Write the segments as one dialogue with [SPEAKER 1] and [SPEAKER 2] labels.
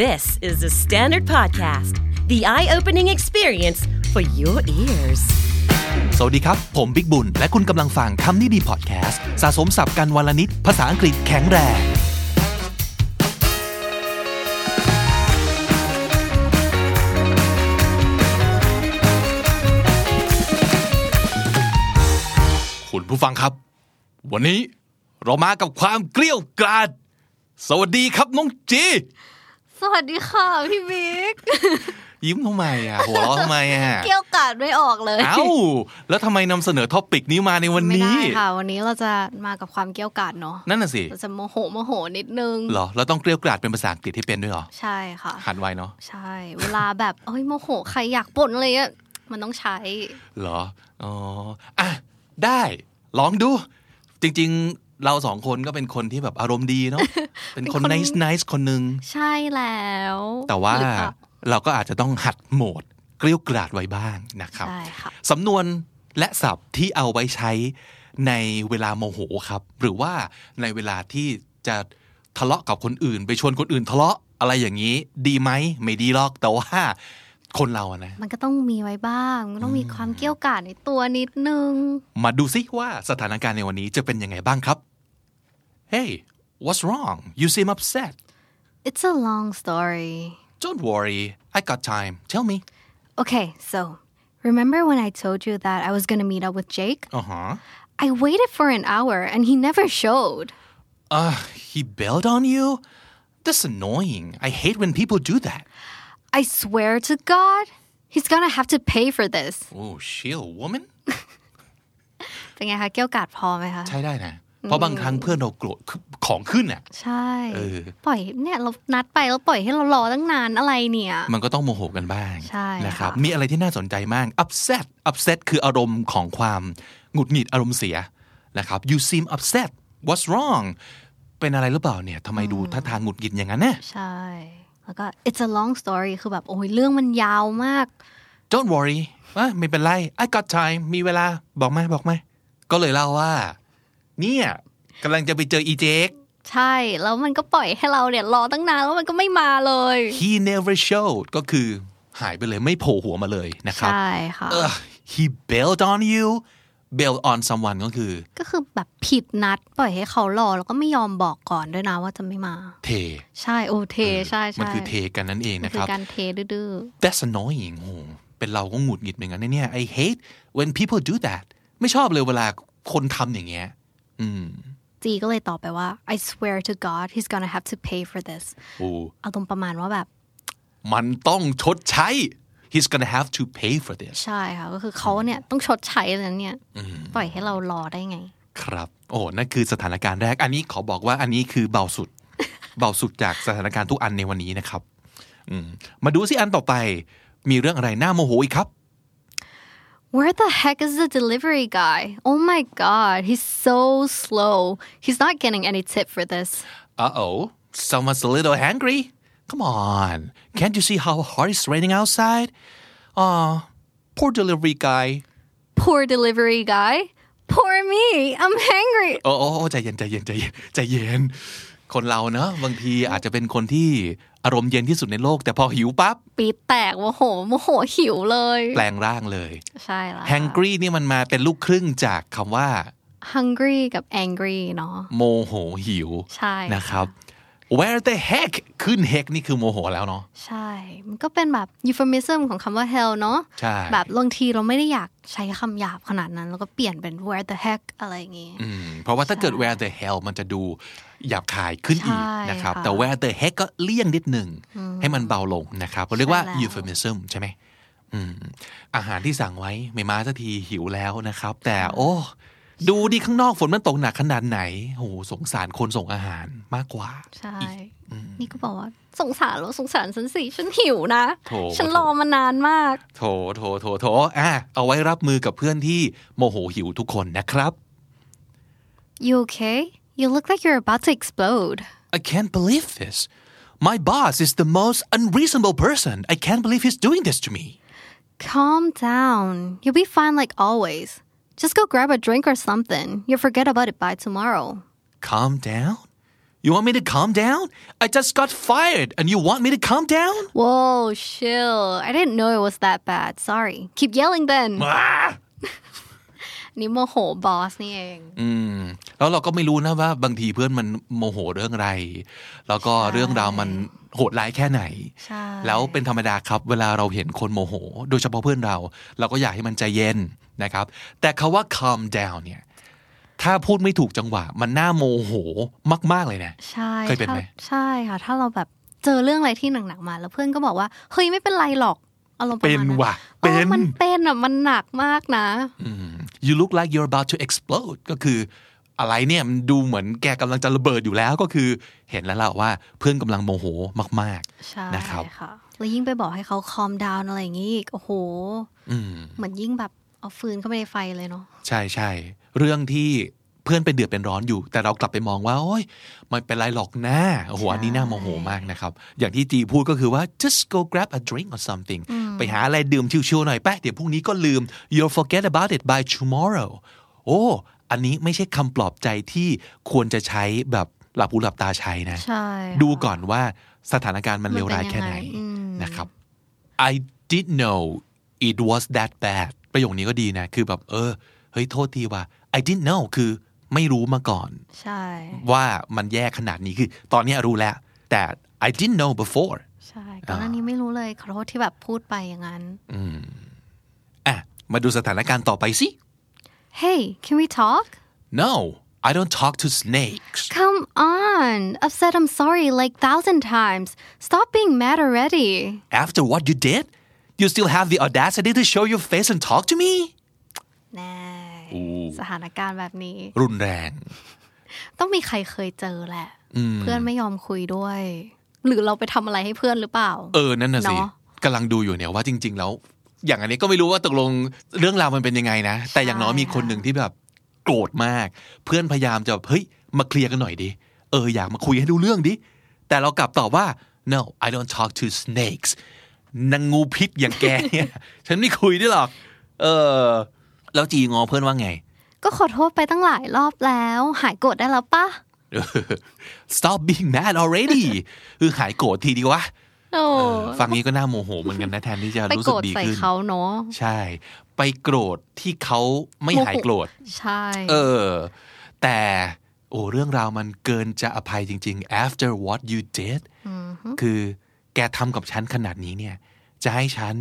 [SPEAKER 1] This is the Standard Podcast, the eye opening experience for your ears.
[SPEAKER 2] สวัสดีครับ ผมบิ๊กบุญ และคุณกำลังฟังคำนี้ดีพอดแคสต์สะสมสับกันวันละนิด ภาษาอังกฤษแข็งแรง คุณผู้ฟังครับ วันนี้เรามากับความเกลี้ยวกราด สวัสดีครับน้องจี
[SPEAKER 3] สวัสดีค่ะพี่บิ๊ก
[SPEAKER 2] ยิ้มทำไมอ่ะ หัวเราะทำไมอ่ะ
[SPEAKER 3] เกี่ยวกาดไม่ออกเลย
[SPEAKER 2] เอ้า แล้วทำไมนำเสนอท็อปิกนี้มาในวัน
[SPEAKER 3] ไม่ได้
[SPEAKER 2] นี้
[SPEAKER 3] ค่ะ วันนี้เราจะมากับความเกี่ยวกาดเนาะ
[SPEAKER 2] นั่นน่ะสิ
[SPEAKER 3] เราจะโมโหโมโหนิดนึง
[SPEAKER 2] เหรอ เราต้องเกลี้ยวกล่อมเป็นภาษาอังกฤษที่เป็นด้วยเหรอ
[SPEAKER 3] ใช่ค่ะ
[SPEAKER 2] หันไวเนาะ
[SPEAKER 3] ใช่ เวลาแบบเอ้ยโมโหใครอยากบ่นอะไรอะมันต้องใช้
[SPEAKER 2] เหรอ อ๋อ อ่ะ ได้ ลองดู จริงๆ เราสองคนก็เป็นคนที่แบบอารมณ์ดี เนาะ เป็นคน
[SPEAKER 3] เป็นคน
[SPEAKER 2] nice nice คนหนึ่ง
[SPEAKER 3] ใช่แล้ว
[SPEAKER 2] แต่ว่า
[SPEAKER 3] หรือเปล่
[SPEAKER 2] เราก็อาจจะต้องหัดโหมดเกลี้ยวกล่อมไว้บ้างนะครับ
[SPEAKER 3] ใช่ค่ะ
[SPEAKER 2] สำนวนและศัพท์ที่เอาไว้ใช้ในเวลาโมโหครับ หรือว่าในเวลาที่จะทะเลาะกับคนอื่น ไปชวนคนอื่นทะเลาะอะไรอย่างนี้ ดีไหมไม่ดีหรอกแต่ว่าคนเราอะนะ
[SPEAKER 3] มันก็ต้องมีไว้บ้าง มันต้องมีความเกี่ยวกาดในตัวนิดนึง
[SPEAKER 2] มาดูซิว่าสถานการณ์ในวันนี้จะเป็นยังไงบ้างครับ Hey what's wrong you seem upset
[SPEAKER 3] It's a long story
[SPEAKER 2] don't worry I got time tell me
[SPEAKER 3] Okay so remember when I told you that I was gonna meet up with Jake
[SPEAKER 2] อ่าฮะ
[SPEAKER 3] I waited for an hour and he never showed.
[SPEAKER 2] uh he bailed on you that's annoying I hate when people do that
[SPEAKER 3] I swear to God, he's gonna have to pay for this.
[SPEAKER 2] oh she a woman
[SPEAKER 3] เป็นไงคะเกี่ยวกาดพอไหมคะ
[SPEAKER 2] ใช่ได้นะ เพราะบางครั้งเพื่อนเราโกรธคือของขึ้นอ่ะ
[SPEAKER 3] ใช่
[SPEAKER 2] เออ
[SPEAKER 3] ปล่อยเนี่ยเรานัดไปแล้วปล่อยให้เรารอตั้งนานอะไรเนี่ย
[SPEAKER 2] มันก็ต้องโมโหกันบ้าง
[SPEAKER 3] ใช่
[SPEAKER 2] นะครับ
[SPEAKER 3] ค่ะ
[SPEAKER 2] มีอะไรที่น่าสนใจมาก upset upset คืออารมณ์ของความหงุดหงิดอารมณ์เสียนะครับ you seem upset what's wrong เป็นอะไรหรือเปล่าเนี่ยทำไมดูท่าทางหงุดหงิดอย่างนั้นนะ
[SPEAKER 3] ใช่ แล้วก็ it's a long story คือแบบ โอ้ยเรื่องมันยาวมาก
[SPEAKER 2] don't worry อ่ะไม่เป็นไร I got time มีเวลาบอกมาบอกมาก็เลยเล่าว่า เนี่ยกำลังจะไปเจออีเจค
[SPEAKER 3] ใช่ แล้วมันก็ปล่อยให้เราเนี่ยรอตั้งนานแล้วมันก็ไม่มาเลย
[SPEAKER 2] he never showed ก็คือหายไปเลยไม่โผล่หัวมาเลยนะครับ
[SPEAKER 3] ใช่ค่ะ
[SPEAKER 2] Ugh, he bailed on you bail on someone ก็คือ
[SPEAKER 3] ก็คือแบบผิดนัด ปล่อยให้เขารอแล้วก็ไม่ยอมบอกก่อนด้วยนะว่าจะไม่มา
[SPEAKER 2] เท
[SPEAKER 3] ใช่ โอเท ใช่ใช่
[SPEAKER 2] มันคือเทกันนั่นเอง
[SPEAKER 3] มัน
[SPEAKER 2] นะค
[SPEAKER 3] คือ
[SPEAKER 2] รับ
[SPEAKER 3] การเทดื้อ
[SPEAKER 2] that's annoying โอ้โหเป็นเราก็หงุดหงิดเหมือนกันนะเนี่ย I hate when people do that ไม่ชอบเลยเวลาคนทำอย่างเงี้ย อืม
[SPEAKER 3] ๆจีก็เลยตอบไปว่า I swear to God he's gonna have to pay for this
[SPEAKER 2] โอ้
[SPEAKER 3] เอาตรงประมาณว่าแบบ
[SPEAKER 2] มันต้องชดใช้ he's gonna have to pay for this
[SPEAKER 3] ใช่ค่ะ ก็คือเขาเนี่ย ต้องชดใช้อันนั้นเนี่ย ปล่อยให้เรารอได้ไง
[SPEAKER 2] ครับ โอ้ นั่นคือสถานการณ์แรก อันนี้ขอบอกว่าอันนี้คือเบา สุด เบาสุดจากสถานการณ์ทุกอันในวันนี้นะครับ อืม มาดูสิอันต่อไป มีเรื่องอะไรน่าโมโหอีกครับ
[SPEAKER 3] Where the heck is the delivery guy Oh my God he's so slow he's not getting any tip for this
[SPEAKER 2] Uh oh, someone's a little hungry. Come on, can't you see how hard it's raining outside? Ah, poor delivery guy.
[SPEAKER 3] poor delivery guy poor me I'm hungry
[SPEAKER 2] โอ้โอ้โอ้ใจเย็นใจเย็นใจเย็นใจเย็น คนเราเนอะบางทีอาจจะเป็นคนที่อารมณ์เย็นที่สุดในโลก แต่พอหิวปั๊บ
[SPEAKER 3] ปีดแตกโมโหโมโหหิวเลย
[SPEAKER 2] แปลงร่างเลย
[SPEAKER 3] ใช่แล้ว
[SPEAKER 2] hungry นี่มันมาเป็นลูกครึ่งจากคำว่า
[SPEAKER 3] hungry กับ angry เนาะ
[SPEAKER 2] โมโหหิว
[SPEAKER 3] ใช่ค่ะ
[SPEAKER 2] นะครับ where the heck ขึ้น heck นี่คือโมโหแล้วเนาะ
[SPEAKER 3] ใช่ มันก็เป็นแบบ euphemism ของคำว่า hell เนอะ
[SPEAKER 2] ใช่
[SPEAKER 3] แบบบางทีเราไม่ได้อยากใช้คำหยาบขนาดนั้น แล้วก็เปลี่ยนเป็น where the heck อะไรอย่างงี้
[SPEAKER 2] อืมเพราะว่าถ้าเกิด where the hell มันจะดูหยาบคายขึ้นอีก
[SPEAKER 3] ใช่
[SPEAKER 2] นะครับ
[SPEAKER 3] ค่ะ
[SPEAKER 2] แต่ where the heck ก็เลี่ยงนิดหนึ่ง ให้มันเบาลงนะครับเราเรียกว่า
[SPEAKER 3] ใช่แล้ว
[SPEAKER 2] euphemism ใช่ไหมอืมอาหารที่สั่งไว้ไม่มาสักทีหิวแล้วนะครับ แต่โอ้ ดูดิข้างนอกฝนมันตกหนักขนาดไหนโหสงสารคนส่งอาหารมากกว่า
[SPEAKER 3] ใช่ นี่ก็บอกว่า สงสารเหรอสงสารฉันสิ ฉันหิวนะ
[SPEAKER 2] โถ
[SPEAKER 3] ฉันรอมานานมาก
[SPEAKER 2] โถโถโถโถอ่ะเอาไว้รับมือกับเพื่อนที่โมโหหิวทุกคนนะครับ
[SPEAKER 3] you okay you look like you're about to explode
[SPEAKER 2] I can't believe this my boss is the most unreasonable person I can't believe he's doing this to me
[SPEAKER 3] calm down you'll be fine like always just go grab a drink or something you'll forget about it by tomorrow
[SPEAKER 2] calm down You want me to calm down? I just got fired and you want me to calm down?
[SPEAKER 3] Whoa, chill. I didn't know it was that bad. Sorry. Keep yelling then.
[SPEAKER 2] อ่า
[SPEAKER 3] นี่โมโหบอสนี่เอง
[SPEAKER 2] แล้วเราก็ไม่รู้นะว่าบางทีเพื่อนมันโมโหเรื่องอะไร แล้วก็เรื่องราวมันโหดร้ายแค่ไหน
[SPEAKER 3] ใช่
[SPEAKER 2] แล้วเป็นธรรมดาครับ เวลาเราเห็นคนโมโห โดยเฉพาะเพื่อนเรา เราก็อยากให้มันใจเย็นนะครับ แต่คาว่า calm down เนี่ย ถ้าพูดไม่ถูกจังหวะ มันน่าโมโหมาก ๆ เลยนะ
[SPEAKER 3] ใช่
[SPEAKER 2] เคยเป็นไหม
[SPEAKER 3] ถ้าใช่ค่ะ ถ้าเราแบบเจอเรื่องอะไรที่หนักๆมา แล้วเพื่อนก็บอกว่า เฮ้ยไม่เป็นไรหรอกอารมณ์ประ
[SPEAKER 2] เป็
[SPEAKER 3] มาณ
[SPEAKER 2] น
[SPEAKER 3] นั้น
[SPEAKER 2] ว่ะ
[SPEAKER 3] อ๋
[SPEAKER 2] เป็
[SPEAKER 3] อน มันเป็นอ่ะ มันหนักมากนะ
[SPEAKER 2] you look like you're about to explode ก็คือ อะไรเนี่ยมันดูเหมือนแกกำลังจะระเบิดอยู่แล้วก็คือเห็นแล้วล่ะว่าเพื่อนกำลังโมโหมาก
[SPEAKER 3] ใช่
[SPEAKER 2] นะครับ
[SPEAKER 3] ค่ะ แล้วยิ่งไปบอกให้เขาคอมดาวน์อะไรอย่างงี้อีก โอ้โห
[SPEAKER 2] ๆ อืม
[SPEAKER 3] เหมือนยิ่งแบบเอาฟืนเข้าไปในไฟเลยเนาะ
[SPEAKER 2] ใช่ใช่เรื่องที่เพื่อนเป็นเดือดเป็นร้อนอยู่ แต่เรากลับไปมองว่าโอ้ยมันเป็นไรหรอกนะโอ้โหอันนี้น่าโมโหมากนะครับ อย่างที่จีพูดก็คือว่า just go grab a drink or something ไปหาอะไรดื่มชิวๆหน่อยแป๊ะเดี๋ยวพรุ่งนี้ก็ลืม you'll forget about it by tomorrow โอ้อันนี้ไม่ใช่คำปลอบใจที่ควรจะใช้แบบหลับหูหลับตาใช้นะ
[SPEAKER 3] ใช่
[SPEAKER 2] ดูก่อนว่าสถานการณ์มันเลวร้ายแค่ไหน
[SPEAKER 3] มันเป็นยังไงอืม
[SPEAKER 2] นะครับ I did know it was that bad ประโยคนี้ก็ดีนะ คือแบบ เออ เฮ้ย โทษทีว่า I didn't know คือไม่รู้มาก่อน
[SPEAKER 3] ใช่
[SPEAKER 2] ว่ามันแย่ขนาดนี้คือ ตอนเนี้ยรู้แล้ว แต่ I didn't know before
[SPEAKER 3] ใช่ก่อนหน้านี้ไม่รู้เลยขอโทษที่แบบพูดไปอย่างนั้น
[SPEAKER 2] อ่ะ มาดูสถานการณ์ต่อไปสิ
[SPEAKER 3] Hey can we talk
[SPEAKER 2] No I don't talk to snakes
[SPEAKER 3] Come on I've said I'm sorry like thousand times Stop being mad already
[SPEAKER 2] after what you did you still have the audacity to show your face and talk to me
[SPEAKER 3] แน่สถานการณ์แบบนี้
[SPEAKER 2] รุนแรง
[SPEAKER 3] ต้องมีใครเคยเจอแหละ เพื่อนไม่ยอมคุยด้วย หรือเราไปทำอะไรให้เพื่อนหรือเปล่า
[SPEAKER 2] เออ นั่นน่ะสิ
[SPEAKER 3] เนอะ
[SPEAKER 2] กำลังดูอยู่เนี่ยว่าจริง ๆ แล้ว อย่างอันนี้ก็ไม่รู้ว่าตกลงเรื่องราวมันเป็นยังไงนะ แต่อย่างน้อยมีคนหนึ่งที่แบบโกรธมาก เพื่อนพยายามจะแบบเฮ้ย มาเคลียร์กันหน่อยดิ เออ อยากมาคุยให้ดูเรื่องดิ แต่เรากลับตอบว่า no I don't talk to snakes นางงูพิษอย่างแกเนี่ย ฉันไม่คุยด้วยหรอก เออ แล้วจีงอเพื่อนว่าไง
[SPEAKER 3] ก็ขอโทษไปตั้งหลายรอบแล้ว หายโกรธได้แล้วปะ
[SPEAKER 2] stop being mad already คือหายโกรธทีดีวะ
[SPEAKER 3] โอ้
[SPEAKER 2] เออฟังนี้ก็น่าโมโหเหมือนกันนะแทนที่จะ
[SPEAKER 3] ไป
[SPEAKER 2] รู้
[SPEAKER 3] โก
[SPEAKER 2] สึ
[SPEAKER 3] ร
[SPEAKER 2] ก
[SPEAKER 3] ธ
[SPEAKER 2] ดี
[SPEAKER 3] ใส่
[SPEAKER 2] ขึ้น
[SPEAKER 3] เขาเนาะ
[SPEAKER 2] ใช่ ไปโกรธที่เขาไม่
[SPEAKER 3] โมโห
[SPEAKER 2] หายโกรธ
[SPEAKER 3] ใช่
[SPEAKER 2] เออ แต่โอ้เรื่องราวมันเกินจะอภัยจริง ๆ after what you did คือแกทำกับฉันขนาดนี้เนี่ย จะให้ฉัน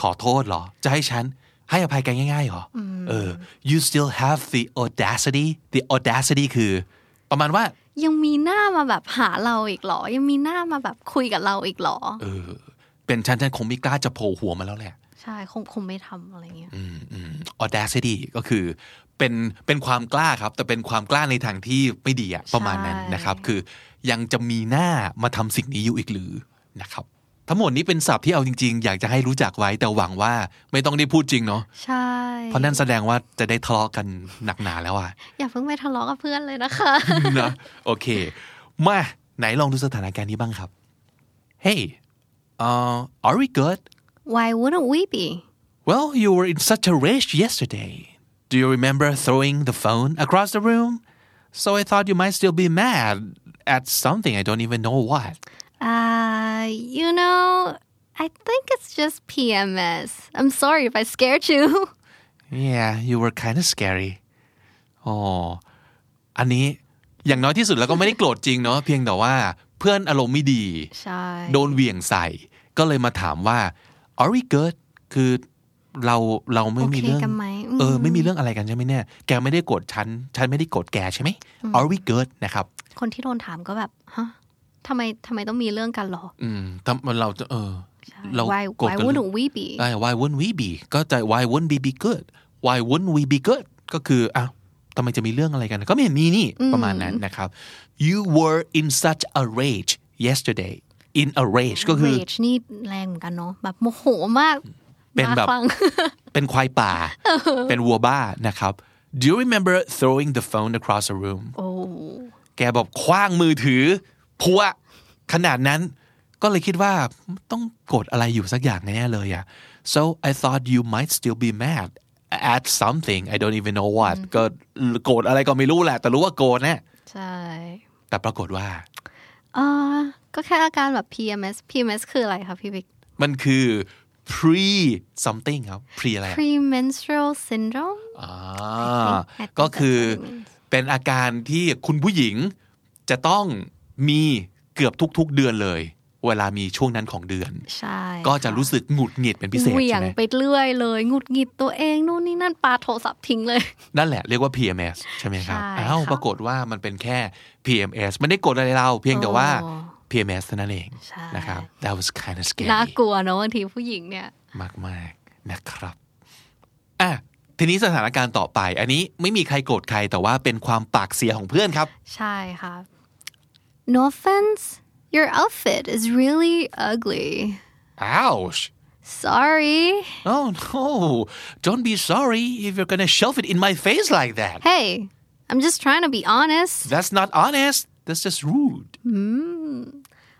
[SPEAKER 2] ขอโทษเหรอ จะให้ฉันให้อภัยแกง่ายๆเหรออเออ you still have the audacity the audacity คือ ประมาณว่า
[SPEAKER 3] ยังมีหน้ามาแบบหาเราอีกเหรอ ยังมีหน้ามาแบบคุยกับเราอีกเหรอ
[SPEAKER 2] เออ เป็นฉันฉันคงไม่กล้าจะโผล่หัวมาแล้วแหละ
[SPEAKER 3] ใช่คงคงไม่ทำอะไรเงี้ย
[SPEAKER 2] อืม audacity ก็คือเป็นเป็นความกล้าครับ แต่เป็นความกล้าในทางที่ไม่ดีอะประมาณนั้น
[SPEAKER 3] ใช่
[SPEAKER 2] นะครับ คือยังจะมีหน้ามาทำสิ่งนี้อยู่อีกหรือนะครับ ทั้งหมดนี้เป็นศัพท์ที่เอาจริง ๆ อยากจะให้รู้จักไว้แต่หวังว่าไม่ต้องได้พูดจริงเนาะ
[SPEAKER 3] ใช่
[SPEAKER 2] เพราะนั่นแสดงว่าจะได้ทะเลาะกันหนักหนาแล้วอะ
[SPEAKER 3] อย่าเพิ่งไปทะเลาะกับเพื่อนเลยนะคะ
[SPEAKER 2] นะโอเค มาไหนลองดูสถานการณ์นี้บ้างครับ Hey uh, are we good
[SPEAKER 3] Why wouldn't we be
[SPEAKER 2] Well, you were in such a rage yesterday. Do you remember throwing the phone across the room? So I thought you might still be mad at something I don't even know what.
[SPEAKER 3] uh you know I think it's just PMS I'm sorry if I scared you
[SPEAKER 2] Yeah, you were kind of scary. อ๋อ อันนี้อย่างน้อยที่สุดแล้วก็ไม่ได้โกรธจริงเนาะเพียงแต่ว่าเพื่อนอารมณ์ไม่ดี
[SPEAKER 3] ใช่
[SPEAKER 2] โดนเหวี่ยงใส่ ก็เลยมาถามว่า are we good คือเราเราไม่
[SPEAKER 3] โอ
[SPEAKER 2] มี
[SPEAKER 3] เค
[SPEAKER 2] เรื่อง
[SPEAKER 3] กันไหมม
[SPEAKER 2] เออไม่มีเรื่องอะไรกันใช่ไหมเนี่ย แกไม่ได้โกรธฉัน ฉันไม่ได้โกรธแกใช่ไหม Are we good นะครับ
[SPEAKER 3] คนที่โดนถามก็แบบฮะทำไมทำไมต้องมีเรื่องกันเหรอ
[SPEAKER 2] อืมถ้ามันเราจะเออ
[SPEAKER 3] ใช่
[SPEAKER 2] เรา
[SPEAKER 3] Why
[SPEAKER 2] โกรธ
[SPEAKER 3] Why
[SPEAKER 2] กัน
[SPEAKER 3] wouldn't we be
[SPEAKER 2] ได้ why wouldn't we be ก็จะ why wouldn't we be good why wouldn't we be good ก็คืออ้าวทำไมจะมีเรื่องอะไรกัน ก็ไม่เห็นมีนี่ประมาณนั้นนะครับ you were in such a rage yesterday in a rage ก็คือ
[SPEAKER 3] Rage นี่แรงเหมือนกันเนาะแบบโมโหมาก
[SPEAKER 2] เป็นแบบ
[SPEAKER 3] มาค รั้ง
[SPEAKER 2] เป็นควายป่า เป็นวัวบ้านะครับ do you remember throwing the phone across the room
[SPEAKER 3] โอ้
[SPEAKER 2] แกแบบคว้างมือถือ พัวขนาดนั้น ก็เลยคิดว่าต้องกดอะไรอยู่สักอย่างแน่ๆเลยอะ so I thought you might still be mad at something I don't even know what ก็โกรธอะไรก็ไม่รู้แหละ แต่รู้ว่าโกรธแน่
[SPEAKER 3] ใช่
[SPEAKER 2] แต่ปรากฏว่า
[SPEAKER 3] เออก็แค่อาการแบบ PMS PMS คืออะไรคะพี่วิก
[SPEAKER 2] มันคือ pre something ครับ pre อะไรอะ
[SPEAKER 3] premenstrual syndrome
[SPEAKER 2] อ่า
[SPEAKER 3] I think
[SPEAKER 2] ก็คือเป็นอาการที่คุณผู้หญิงจะต้องมีเกือบทุกๆเดือนเลย เวลามีช่วงนั้นของเดือน
[SPEAKER 3] ใช่
[SPEAKER 2] ก็จะรู้สึกหงุดหงิดเป็นพิเศษ
[SPEAKER 3] เหวี่ย
[SPEAKER 2] ใช่
[SPEAKER 3] ง
[SPEAKER 2] ไหม
[SPEAKER 3] ไปเรื่อยเลยหงุดหงิดตัวเองนู่นนี่นั่นปาโทรศัพท์ทิ้งเลย
[SPEAKER 2] นั่นแหละเรียกว่า PMS ใช่ไหมครับ
[SPEAKER 3] ใช่
[SPEAKER 2] อ้าว
[SPEAKER 3] ค่ะ
[SPEAKER 2] ปรากฏว่ามันเป็นแค่ PMS ไม่ได้กดอะไรเรา เพียงแต่ว่า
[SPEAKER 3] โอ้
[SPEAKER 2] PMS เท่านั้นเอง
[SPEAKER 3] ใช่
[SPEAKER 2] นะครับ That was kind of scary
[SPEAKER 3] น่ากลัวเนอะบางทีผู้หญิงเนี่ย
[SPEAKER 2] มากมากๆนะครับอ่ะทีนี้สถานการณ์ต่อไป อันนี้ไม่มีใครโกรธใครแต่ว่าเป็นความปากเสียของเพื่อนครับ
[SPEAKER 3] ใช่ค่ะ no offense your outfit is really ugly
[SPEAKER 2] ouch
[SPEAKER 3] sorry
[SPEAKER 2] oh no don't be sorry if you're gonna shove it in my face like that
[SPEAKER 3] hey I'm just trying to be honest
[SPEAKER 2] that's not honest that's just rude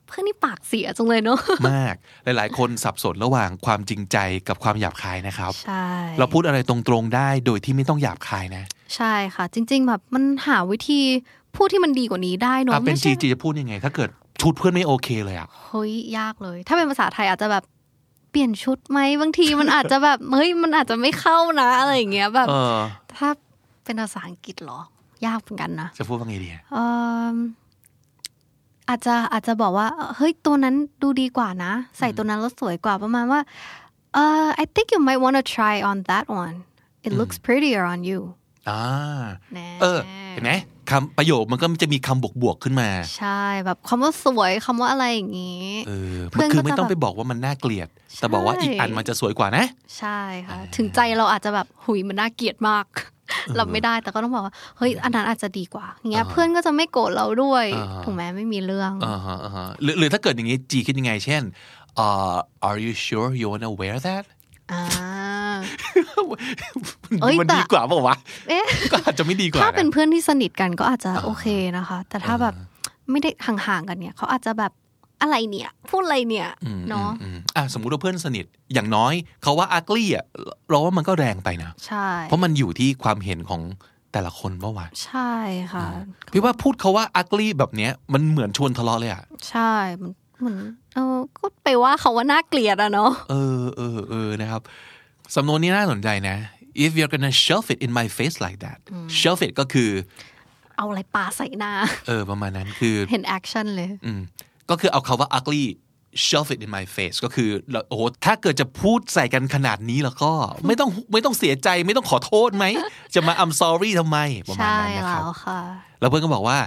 [SPEAKER 3] เพื่อนนี่ปากเสียจังเลยเนอะ
[SPEAKER 2] มาก หลายๆ คนสับสนระหว่างความจริงใจกับความหยาบคายนะครับ
[SPEAKER 3] ใช่
[SPEAKER 2] เราพูดอะไรตรงๆได้โดยที่ไม่ต้องหยาบคายนะ
[SPEAKER 3] ใช่ค่ะ จริง ๆ แบบมันหาวิธีพูดที่มันดีกว่านี้ได้เน
[SPEAKER 2] อ่ะ
[SPEAKER 3] อะ
[SPEAKER 2] เป็น
[SPEAKER 3] ไม่
[SPEAKER 2] จี
[SPEAKER 3] ใช่
[SPEAKER 2] จีจะพูดยังไง ถ้าเกิดชุดเพื่อนไม่โอเคเลยอ่ะ
[SPEAKER 3] เฮ้ยยากเลย ถ้าเป็นภาษาไทยอาจจะแบบเปลี่ยนชุดไหมบางทีมันอาจจะแบบเฮ้ยมันอาจจะไม่เข้านะอะไรอย่างเงี้ยแบบ
[SPEAKER 2] เออ
[SPEAKER 3] ถ้าเป็นภาษาอังกฤษเหรอ ยากเหมือนกันนะ
[SPEAKER 2] จะพูดว่าไงดีอะ
[SPEAKER 3] เอิ่มอาจจะอาจจะบอกว่า เฮ้ย ตัวนั้นดูดีกว่านะ ใส่ตัวนั้นแล้วสวยกว่าประมาณว่าเอ่อ I think you might want to try on that one it looks prettier on you
[SPEAKER 2] อ่า
[SPEAKER 3] แน่
[SPEAKER 2] เออ เห็นไหมคำประโยคมันก็จะมีคำบวกๆขึ้นมา
[SPEAKER 3] ใช่แบบคำว่าสวยคำว่าอะไรอย่างงี้
[SPEAKER 2] เออ
[SPEAKER 3] เพื่
[SPEAKER 2] มัน
[SPEAKER 3] อน
[SPEAKER 2] คือไม่
[SPEAKER 3] ก็จะ
[SPEAKER 2] ต้อง
[SPEAKER 3] แบบ
[SPEAKER 2] ไปบอกว่ามันน่าเกลียด
[SPEAKER 3] ใช่
[SPEAKER 2] แต่บอกว่าอีกอันมันจะสวยกว่านะ
[SPEAKER 3] ใช่ค่ะ ถึงใจเราอาจจะแบบหุยมันน่าเกลียดมาก รับไม่ได้แต่ก็ต้องบอกว่า เฮ้ย อันนั้นอาจจะดีกว่าอย่างเงี้ย เพื่อนก็จะไม่โกรธเราด้วย
[SPEAKER 2] อ่า
[SPEAKER 3] ถูกไหมไม่มีเรื่อง
[SPEAKER 2] อ่าฮะอ่าฮะหรือหรือถ้าเกิดอย่างงี้จีคิดยังไง เช่นอ่า are you sure you wanna wear that
[SPEAKER 3] อ่า
[SPEAKER 2] มัน
[SPEAKER 3] เอ้ย
[SPEAKER 2] มัน
[SPEAKER 3] แต่
[SPEAKER 2] ดีกว่าเปล่าวะ
[SPEAKER 3] เอ๊ะ
[SPEAKER 2] ก็อาจจะไม่ดีกว่า
[SPEAKER 3] ถ้าเป็น
[SPEAKER 2] นะ
[SPEAKER 3] เพื่อนที่สนิทกันก็อาจจะโอเคนะคะ แต่ถ้าแบบไม่ได้ห่างๆกันเนี่ย เขาอาจจะแบบอะไรเนี่ย พูดอะไรเนี่ยเนาะ
[SPEAKER 2] อืมอ่ะสมมุติว่าเพื่อนสนิทอย่างน้อยเขาว่า ugly อ่ะเราว่ามันก็แรงไปนะ
[SPEAKER 3] ใช่
[SPEAKER 2] เพราะมันอยู่ที่ความเห็นของแต่ละคนเปล่าวะ
[SPEAKER 3] ใช่ค่ะ
[SPEAKER 2] พี่ว่าพูดเขาว่า ugly แบบเนี้ยมันเหมือนชวนทะเลาะเลยอ่ะ
[SPEAKER 3] ใช่มันเหมือนเออก็ไปว่าเขาว่าน่าเกลียดอะเนาะ
[SPEAKER 2] เออเออเออนะครับ สำนวนนี้น่าสนใจนะ if you're gonna shove it in my face like that shove it ก็คือ
[SPEAKER 3] เอาอะไรปาใส่หน้า
[SPEAKER 2] เออประมาณนั้นคือ
[SPEAKER 3] เห็นแอคชั่นเลย
[SPEAKER 2] อืมก็คือเอาคาว่า ugly shove it in my face ก็คือเราโอ้โหถ้าเกิดจะพูดใส่กันขนาดนี้แล้วก็ ไม่ต้องไม่ต้องเสียใจไม่ต้องขอโทษไหม จะมา I'm sorry ทำไม ประมาณ
[SPEAKER 3] ใช่
[SPEAKER 2] นั้นนะค
[SPEAKER 3] แล้
[SPEAKER 2] รับ
[SPEAKER 3] วค่ะ
[SPEAKER 2] แล้วเพื่อนก็บอกว่า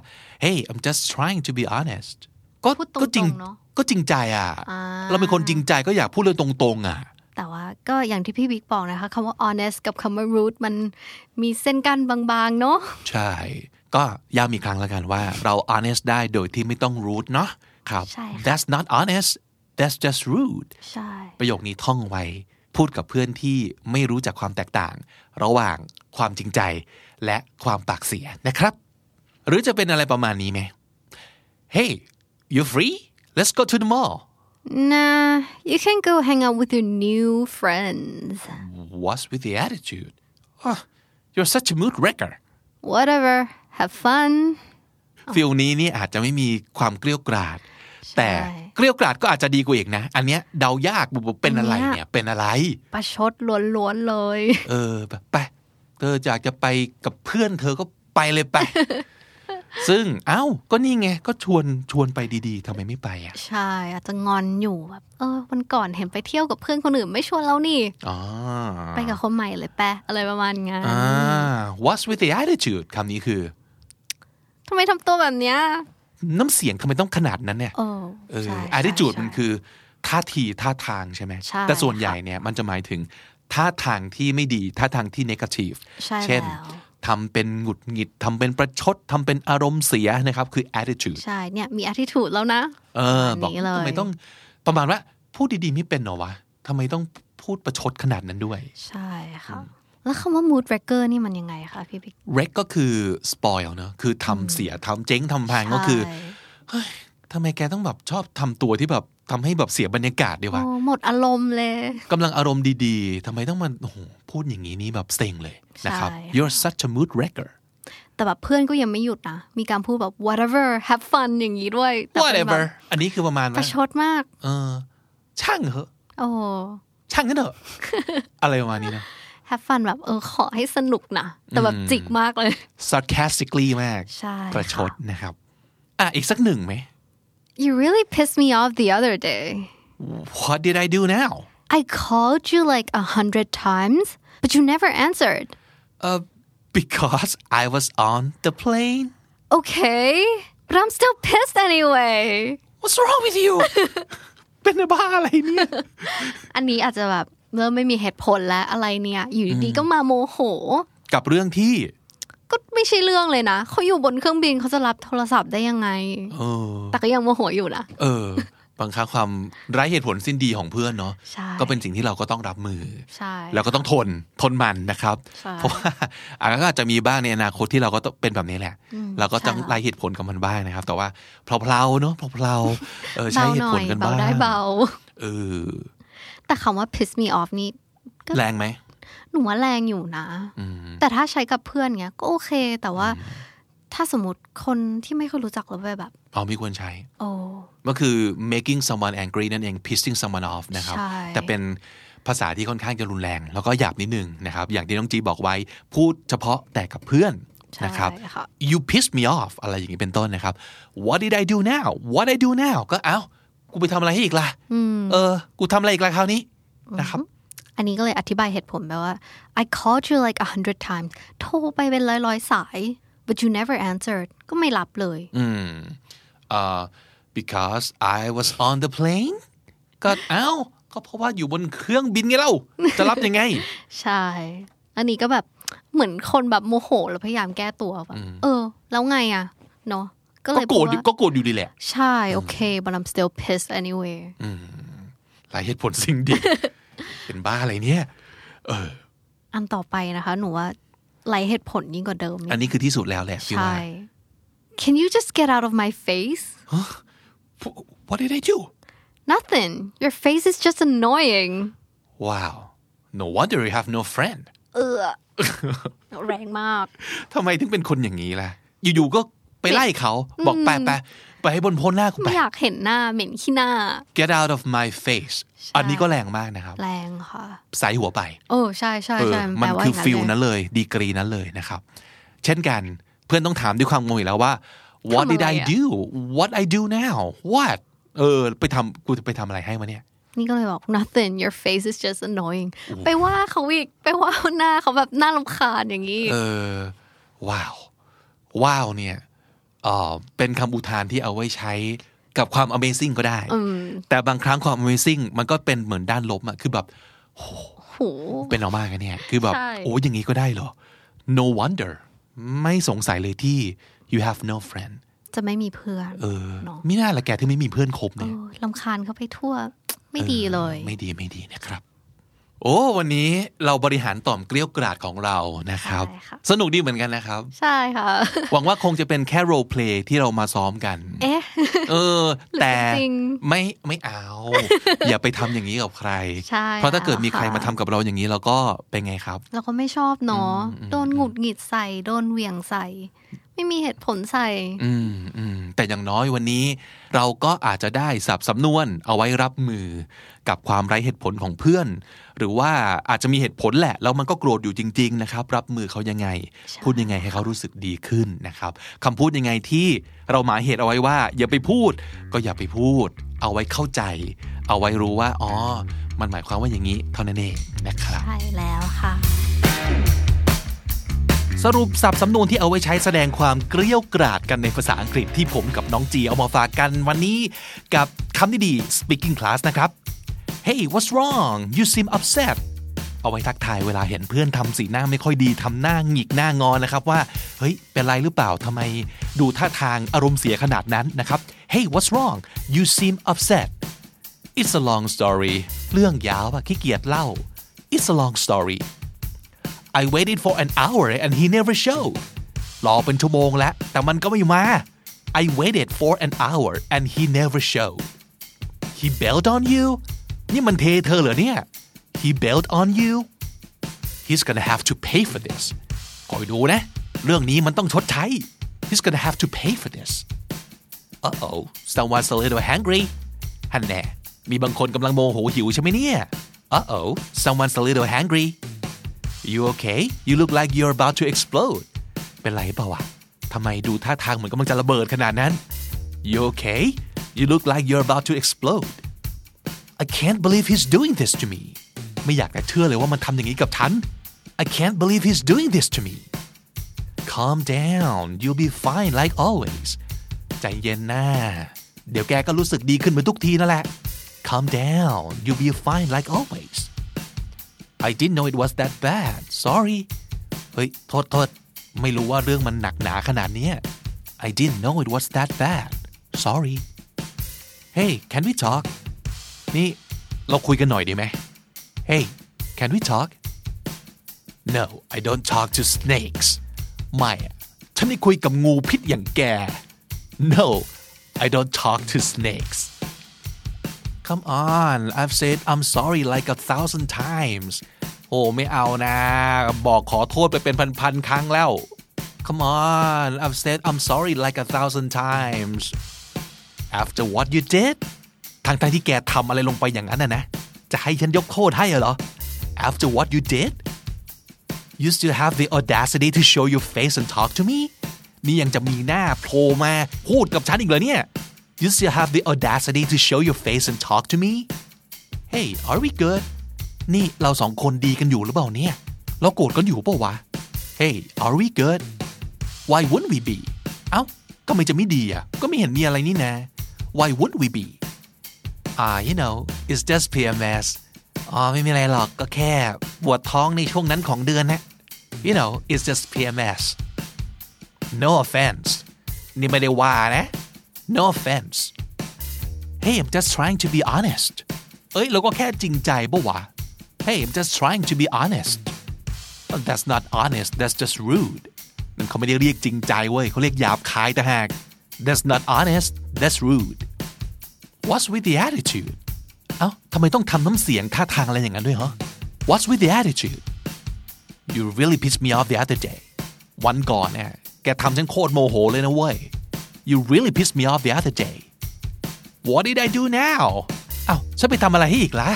[SPEAKER 2] hey I'm just trying to be honest ก็
[SPEAKER 3] พูดตรงๆ
[SPEAKER 2] ก็จริง
[SPEAKER 3] เนอะ
[SPEAKER 2] ก็จริงใจอ่ะ
[SPEAKER 3] อ่า
[SPEAKER 2] เราเป็นคนจริงใจก็อยากพูดเรื่องตรงๆอ่ะ
[SPEAKER 3] แต่ว่าก็อย่างที่พี่บิ๊กบอกนะคะคำว่า honest กับคำว่า rude มันมีเส้นกั้นบางๆ เนาะ
[SPEAKER 2] ใช่ ก็ย้ำอีกครั้งแล้วกันว่าเรา honest ได้โดยที่ไม่ต้อง rude เนาะครับ
[SPEAKER 3] ใช่ค่ะ
[SPEAKER 2] that's not honest that's just rude
[SPEAKER 3] ใช่
[SPEAKER 2] ประโยคนี้ท่องไว้ พูดกับเพื่อนที่ไม่รู้จักความแตกต่าง ระหว่างความจริงใจ และความปากเสียนะครับ หรือจะเป็นอะไรประมาณนี้ไหม Hey you free let's go to the mall
[SPEAKER 3] Nah, you can go hang out with your new friends.
[SPEAKER 2] what's with the attitude oh, you're such a mood wrecker
[SPEAKER 3] Whatever. Have fun.
[SPEAKER 2] ฟิลนี้นี่อาจจะไม่มีความเกลี้ยวกล่อมแต่เกลี้ยวกล่อมก็อาจจะดีกว่าอีกนะ อันเนี้ยเดายากบุบเป็นอะไรเนี่ยเป็นอะไร
[SPEAKER 3] ประชดล้วนๆเลย
[SPEAKER 2] เออแบบไปเธออยากจะไปกับเพื่อนเธอก็ไปเลย ไป ซึ่งเอ้าก็นี่ไง ก็ชวนชวนไปดีๆทำไมไม่ไปอ่ะ
[SPEAKER 3] ใช่ อาจจะงอนอยู่แบบ เออ วันก่อนเห็นไปเที่ยวกับเพื่อนคนอื่นไม่ชวนเรานี่
[SPEAKER 2] อ๋อ
[SPEAKER 3] ไปกับคนใหม่เลยแปะอะไรประมาณงั้น
[SPEAKER 2] อ่า what's with the attitude คำนี้คือ
[SPEAKER 3] ทำไมทำตัวแบบเนี้ย
[SPEAKER 2] น้ำเสียงทำไมต้องขนาดนั้นเนี่ย
[SPEAKER 3] โอ้
[SPEAKER 2] เออ
[SPEAKER 3] ใช่
[SPEAKER 2] attitude
[SPEAKER 3] ใช่
[SPEAKER 2] มันคือท่าทีท่าทางใช่ไหม
[SPEAKER 3] ใช่
[SPEAKER 2] แต่ส่วนใหญ่เนี่ยมันจะหมายถึงท่าทางที่ไม่ดีท่าทางที่ negative
[SPEAKER 3] ใช่
[SPEAKER 2] เช่น
[SPEAKER 3] แล้ว
[SPEAKER 2] ทำเป็นหงุดหงิดทำเป็นประชดทำเป็นอารมณ์เสียนะครับ คือ attitude
[SPEAKER 3] ใช่เนี่ยมี attitude แล้วนะ
[SPEAKER 2] เออ
[SPEAKER 3] ป
[SPEAKER 2] บ
[SPEAKER 3] ระมา
[SPEAKER 2] อก
[SPEAKER 3] ณนี้เลย
[SPEAKER 2] ทำไมต้องประมาณว่าพูดดีๆ ไม่เป็นเหรอวะทำไมต้องพูดประชดขนาดนั้นด้วย
[SPEAKER 3] ใช่ค่ะ แล้วคำว่า mood breaker นี่มันยังไงคะพี่พิก
[SPEAKER 2] wreck ก็คือ spoil เนอะคือทำเสียทำเจ๊งทำพังก็คือ
[SPEAKER 3] ใช่
[SPEAKER 2] เฮ้ยทำไมแกต้องแบบชอบทำตัวที่แบบทำให้แบบเสียบรรยากาศดี
[SPEAKER 3] โอ้
[SPEAKER 2] วะ
[SPEAKER 3] หมดอารมณ์เลย
[SPEAKER 2] กำลังอารมณ์ดีๆ ทำไมต้องมาโอ้โหพูดอย่างนี้นี่แบบเซ็งเลยนะครับ
[SPEAKER 3] ใช่
[SPEAKER 2] you're such a mood wrecker
[SPEAKER 3] แต่แบบเพื่อนก็ยังไม่หยุดนะ มีการพูดแบบ whatever have fun อย่างนี้ด้วยแต่เป็นแบบ
[SPEAKER 2] whatever อันนี้คือประมาณ
[SPEAKER 3] ป
[SPEAKER 2] ว่า
[SPEAKER 3] ระชดมาก
[SPEAKER 2] เออ ช่างเหอะ
[SPEAKER 3] โอ้
[SPEAKER 2] ช่างกันเถอะ อะไรประมาณนี้นะ
[SPEAKER 3] have fun แบบเออขอให้สนุกนะ แต่แบบจิกมากเลย
[SPEAKER 2] sarcastically มาก
[SPEAKER 3] ใช่ค่ะ
[SPEAKER 2] ประชดนะครับ อ่ะ อีกสักหนึ่งไหม
[SPEAKER 3] you really pissed me off the other day
[SPEAKER 2] what did I do now
[SPEAKER 3] I called you like a hundred times but you never answered
[SPEAKER 2] uh, because I was on the plane
[SPEAKER 3] okay but I'm still pissed anyway
[SPEAKER 2] what's wrong with you เป็นบ้าอะไรเนี่ย
[SPEAKER 3] อันนี้อาจจะแบบเริ่มไม่มีเหตุผลแล้วอะไรเนี่ย อยู่ดีๆก็มาโมโห
[SPEAKER 2] กับเรื่องที่
[SPEAKER 3] ก็ไม่ใช่เรื่องเลยนะเขาอยู่บนเครื่องบินเขาจะรับโทรศัพท์ได้ยังไง
[SPEAKER 2] เออ
[SPEAKER 3] แต่ก็ยังโมโหอยู่นะ
[SPEAKER 2] เออ บางครั้งความไร้เหตุผลสิ้นดีของเพื่อนเนาะ
[SPEAKER 3] ใช่
[SPEAKER 2] ก็เป็นสิ่งที่เราก็ต้องรับมือ
[SPEAKER 3] ใช่
[SPEAKER 2] แล้วก็ต้องทนทนมันนะครับ
[SPEAKER 3] ใช่
[SPEAKER 2] เพราะว่า อันก็อาจจะมีบ้างในอนาคตที่เราก็ต้องเป็นแบบนี้แหละ
[SPEAKER 3] อืม
[SPEAKER 2] เราก็ต้อง
[SPEAKER 3] ใช่ค่ะ
[SPEAKER 2] ไล่เหตุผลกับมันบ้างนะครับ แต่ว่าเพลาๆเนาะเพลาๆเออใช้เหตุผลกัน
[SPEAKER 3] เบา
[SPEAKER 2] บ้าง
[SPEAKER 3] หน่อยเบาได้เบา
[SPEAKER 2] เออ
[SPEAKER 3] แต่คำว่า piss me off นี่ ก็
[SPEAKER 2] แรงไหม
[SPEAKER 3] หนูว่าแรงอยู่นะ
[SPEAKER 2] อืม
[SPEAKER 3] แต่ถ้าใช้กับเพื่อนเงี้ยก็โอเค แต่ว่าถ้าสมมติคนที่ไม่เคยรู้จักเราไปแบบ
[SPEAKER 2] เอาไม่ควรใช้
[SPEAKER 3] โอ้
[SPEAKER 2] ก็คือ making someone angry นั่นเอง pissing someone off นะครับ
[SPEAKER 3] ใช่
[SPEAKER 2] แต่เป็นภาษาที่ค่อนข้างจะรุนแรง แล้วก็หยาบนิดนึงนะครับ อย่างที่น้องจีบอกไว้ พูดเฉพาะแต่กับเพื่อน
[SPEAKER 3] ใช่
[SPEAKER 2] นะครับ
[SPEAKER 3] ค่ะ
[SPEAKER 2] you pissed me off อะไรอย่างนี้เป็นต้นนะครับ what did I do now what I do now ก็เอ้า กูไปทำอะไรให้อีกล่ะ
[SPEAKER 3] อืม
[SPEAKER 2] เออ กูทำอะไรอีกล่ะคราวนี้นะครับ
[SPEAKER 3] อันนี้ก็เลยอธิบายเหตุผลไปว่า I called you like a hundred times โทรไปเป็นร้อยร้อยๆสาย but you never answered ก็ไม่รับเลย
[SPEAKER 2] อืมเอ่อ because I was on the plane ก็เอ้า ก็เพราะว่าอยู่บนเครื่องบินไงเล่า จะรับยังไง
[SPEAKER 3] ใช่ อันนี้ก็แบบเหมือนคนแบบโมโหแล้วพยายามแก้ตัวแบบเออ แล้วไงอะเนาะก็เล
[SPEAKER 2] ก็
[SPEAKER 3] ย
[SPEAKER 2] โกรธอยู่
[SPEAKER 3] พูดว่า
[SPEAKER 2] ก็โกรธอยู่ดีแหละ
[SPEAKER 3] ใช่ โอเค but I'm still pissed anyway
[SPEAKER 2] หลายเหตุผลสิ่งดี เป็นบ้าอะไรเนี่ย
[SPEAKER 3] อันต่อไปนะคะ หนูว่าไรเหตุผลยิ่งกว่าเดิม
[SPEAKER 2] อัน
[SPEAKER 3] เนี่
[SPEAKER 2] นี้
[SPEAKER 3] ย
[SPEAKER 2] คือที่สุดแล้วแหละพี่ว่า
[SPEAKER 3] ใช่ Can you just get out of my face
[SPEAKER 2] What did I do
[SPEAKER 3] Nothing Your face is just annoying
[SPEAKER 2] Wow no wonder you have no friend
[SPEAKER 3] เออ แรงมาก
[SPEAKER 2] ทำไมถึงเป็นคนอย่างนี้ล่ะ อยู่ๆก็ไปไล่เขาบอกไปไปไปให้บนพ้นหน้ากูไป
[SPEAKER 3] ไม่อยากเห็นหน้าเหม็นขี้หน้า
[SPEAKER 2] get out of my face อันนี้ก็แรงมากนะครับ
[SPEAKER 3] แรงค่ะ
[SPEAKER 2] ใส่หัวไป
[SPEAKER 3] โอ้ใช่ใช่
[SPEAKER 2] เออ
[SPEAKER 3] ใช่
[SPEAKER 2] มัน
[SPEAKER 3] แปลว่า
[SPEAKER 2] คือ
[SPEAKER 3] อย่าง
[SPEAKER 2] ฟิล
[SPEAKER 3] เลย
[SPEAKER 2] นั้นเลย ดีกรีนั้นเลยนะครับ เช่นกัน เพื่อนต้องถามด้วยความงงอีกแล้วว่า what
[SPEAKER 3] ทำ
[SPEAKER 2] did
[SPEAKER 3] อะไร
[SPEAKER 2] I
[SPEAKER 3] อะ
[SPEAKER 2] do what I do now what เออ ไปทำกูจะไปทำอะไรให้มาเนี่ย
[SPEAKER 3] นี่ก็เลยบอก nothing your face is just annoying ไปว่าเขาอีก ไปว่าหน้าเขาแบบหน้ารำคาญอย่างนี้
[SPEAKER 2] เออ ว้าว ว้าวเนี่ยเอ่อเป็นคำอุทานที่เอาไว้ใช้กับความ amazing ก็ได้ แต่บางครั้งความ amazing มันก็เป็นเหมือนด้านลบอะคือแบบ
[SPEAKER 3] โห
[SPEAKER 2] เป็นเอามากนะเนี่ย คือแบบ
[SPEAKER 3] ใช่
[SPEAKER 2] โอ้อย่างนี้ก็ได้เหรอ no wonder ไม่สงสัยเลยที่ you have no friend
[SPEAKER 3] จะไม่มีเพื่อน
[SPEAKER 2] เออ
[SPEAKER 3] เนาะ
[SPEAKER 2] ไม่น่าละแกที่ไม่มีเพื่อนคบเนี่ย
[SPEAKER 3] โอ้รำคาญเขาไปทั่ว ไม่ดีเลย
[SPEAKER 2] ไม่ดีไม่ดีนะครับ โอ้วันนี้เราบริหารต่อมเกลี้ยวกราดของเรานะครับ
[SPEAKER 3] ใช่ค่ะ
[SPEAKER 2] สนุกดีเหมือนกันนะครับ
[SPEAKER 3] ใช่ค่ะ
[SPEAKER 2] หวังว่าคงจะเป็นแค่ role play ที่เรามาซ้อมกัน
[SPEAKER 3] เอ๊ะ
[SPEAKER 2] เออ แต่
[SPEAKER 3] จริง
[SPEAKER 2] ไม่ไม่เอา อย่าไปทำอย่างนี้กับใคร
[SPEAKER 3] ใช่
[SPEAKER 2] เพราะถ้าเกิดมีใคร
[SPEAKER 3] ค่ะ
[SPEAKER 2] มาทำกับเราอย่างนี้เราก็เป็นไงครับ
[SPEAKER 3] เราก็ไม่ชอบเนาะ โดนหงุดหงิดใส่ โดนเหวี่ยงใส่ ไม่มีเหตุผลใส่
[SPEAKER 2] อืมอืมแต่อย่างน้อยวันนี้ เราก็อาจจะได้สับสำนวนเอาไว้รับมือ กับความไร้เหตุผลของเพื่อน หรือว่าอาจจะมีเหตุผลแหละ แล้วมันก็โกรธอยู่จริง ๆ นะครับ รับมือเขายังไง
[SPEAKER 3] ใช่
[SPEAKER 2] พูดยังไงให้เขารู้สึกดีขึ้นนะครับคำพูดยังไงที่เราหมายเหตุเอาไว้ว่า อย่าไปพูด ก็อย่าไปพูด เอาไว้เข้าใจ เอาไว้รู้ว่าอ๋อมันหมายความว่าอย่างนี้เท่านั้นเองนะครับ
[SPEAKER 3] ใช่แล้วค่ะ
[SPEAKER 2] สรุปสับสำนวนที่เอาไว้ใช้แสดงความเกลี้ยวกราดกันในภาษาอังกฤษที่ผมกับน้องจีเอามาฝากกันวันนี้กับคำดีๆ speaking class นะครับ Hey what's wrong you seem upset เอาไว้ทักทายเวลาเห็นเพื่อนทำสีหน้าไม่ค่อยดีทำหน้าหงิกหน้างอนนะครับว่า เฮ้ย เป็นไรหรือเปล่าทำไมดูท่าทางอารมณ์เสียขนาดนั้นนะครับ Hey what's wrong you seem upset It's a long story เรื่องยาวอะขี้เกียจเล่า It's a long story I waited for an hour and he never showed รอเป็นชั่วโมงแล้ว แต่มันก็ไม่มา I waited for an hour and he never showed He bailed on you นี่มันเทเธอเหรอเนี่ย He bailed on you He's gonna have to pay for this คอยดูนะ เรื่องนี้มันต้องชดใช้ he's gonna have to pay for this uh oh someone's a little hungry ฮันแน่มีบางคนกำลังโมโหหิวใช่ไหมเนี่ย uh oh someone's a little hungry you okay you look like you're about to explode เป็นไรเปล่าวะทำไมดูท่าทางเหมือนกำลังจะระเบิดขนาดนั้น you okay you look like you're about to explode I can't believe he's doing this to me ไม่อยากจะเชื่อเลยว่ามันทำอย่างนี้กับฉัน I can't believe he's doing this to me calm down you'll be fine like always ใจเย็นนะเดี๋ยวแกก็รู้สึกดีขึ้นเหมือนทุกทีนั่นแหละ calm down you'll be fine like always I didn't know it was that bad sorry เฮ้ย โทษโทษไม่รู้ว่าเรื่องมันหนักหนาขนาดเนี้ย I didn't know it was that bad sorry Hey can we talk นี่เราคุยกันหน่อยดีไหม Hey can we talk No I don't talk to snakes ไม่อะฉันไม่คุยกับงูพิษอย่างแก No I don't talk to snakes Come on I've said I'm sorry like a thousand times โอ้ไม่เอานะ บอกขอโทษไปเป็นพันๆครั้งแล้ว Come on I've said I'm sorry like a thousand times after what you did ทางทที่แกทำอะไรลงไปอย่างนั้นนะนะ จะให้ฉันยกโทษให้เหรอ after what you did you still have the audacity to show your face and talk to me นี่ยังจะมีหน้าโผล่มาพูดกับฉันอีกเหรอเนี่ย you still have the audacity to show your face and talk to me hey are we good นี่เราสองคนดีกันอยู่หรือเปล่าเนี่ย เราโกรธกันอยู่เปล่าวะ hey are we good why wouldn't we be เอ้าก็ไม่จะไม่ดีอ่ะ ก็ไม่เห็นมีอะไรนี่นะ why would we be ah you know it's just PMS อ๋อไม่มีอะไรหรอกก็แค่ปวดท้องในช่วงนั้นของเดือนนะ you know it's just PMS no offense นี่ไม่ได้ว่านะ no offense hey I'm just trying to be honest เอ้ยเราก็แค่จริงใจปะวะ hey I'm just trying to be honest Well, that's not honest that's just rude นั่นเขาไม่ได้เรียกจริงใจเว้ยเขาเรียกหยาบคายต่างหาก that's not honest that's rude what's with the attitude เอ้าทำไมต้องทำน้ำเสียงท่าทางอะไรอย่างนั้นด้วยฮะ what's with the attitude you really pissed me off the other day วันก่อนเนี่ยแกทำฉันโคตรโมโหเลยนะเว้ย you really pissed me off the other day what did I do now เอ้าฉันไปทำอะไรให้อีกล่ะ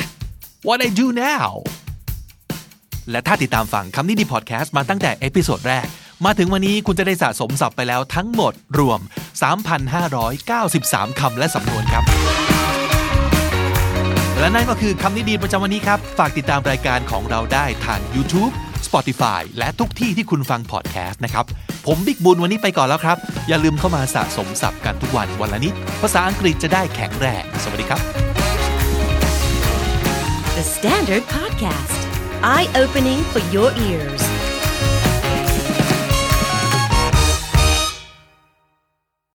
[SPEAKER 2] what I do now และถ้าติดตามฟังคำนี้ดีพอดแคสต์มาตั้งแต่เอพิโซดแรก มาถึงวันนี้คุณจะได้สะสมศัพท์ไปแล้วทั้งหมดรวม 3,593 คำและสำนวนครับ และนั่นก็คือคำนี้ดีประจำวันนี้ครับ ฝากติดตามรายการของเราได้ทาง YouTube Spotify และทุกที่ที่คุณฟังพอดแคสต์นะครับ ผมบิ๊กบุญวันนี้ไปก่อนแล้วครับ อย่าลืมเข้ามาสะสมศัพท์กันทุกวันวันละนิด ภาษาอังกฤษจะได้แข็งแรง สวัสดีครับ
[SPEAKER 1] The Standard Podcast, eye opening for your ears.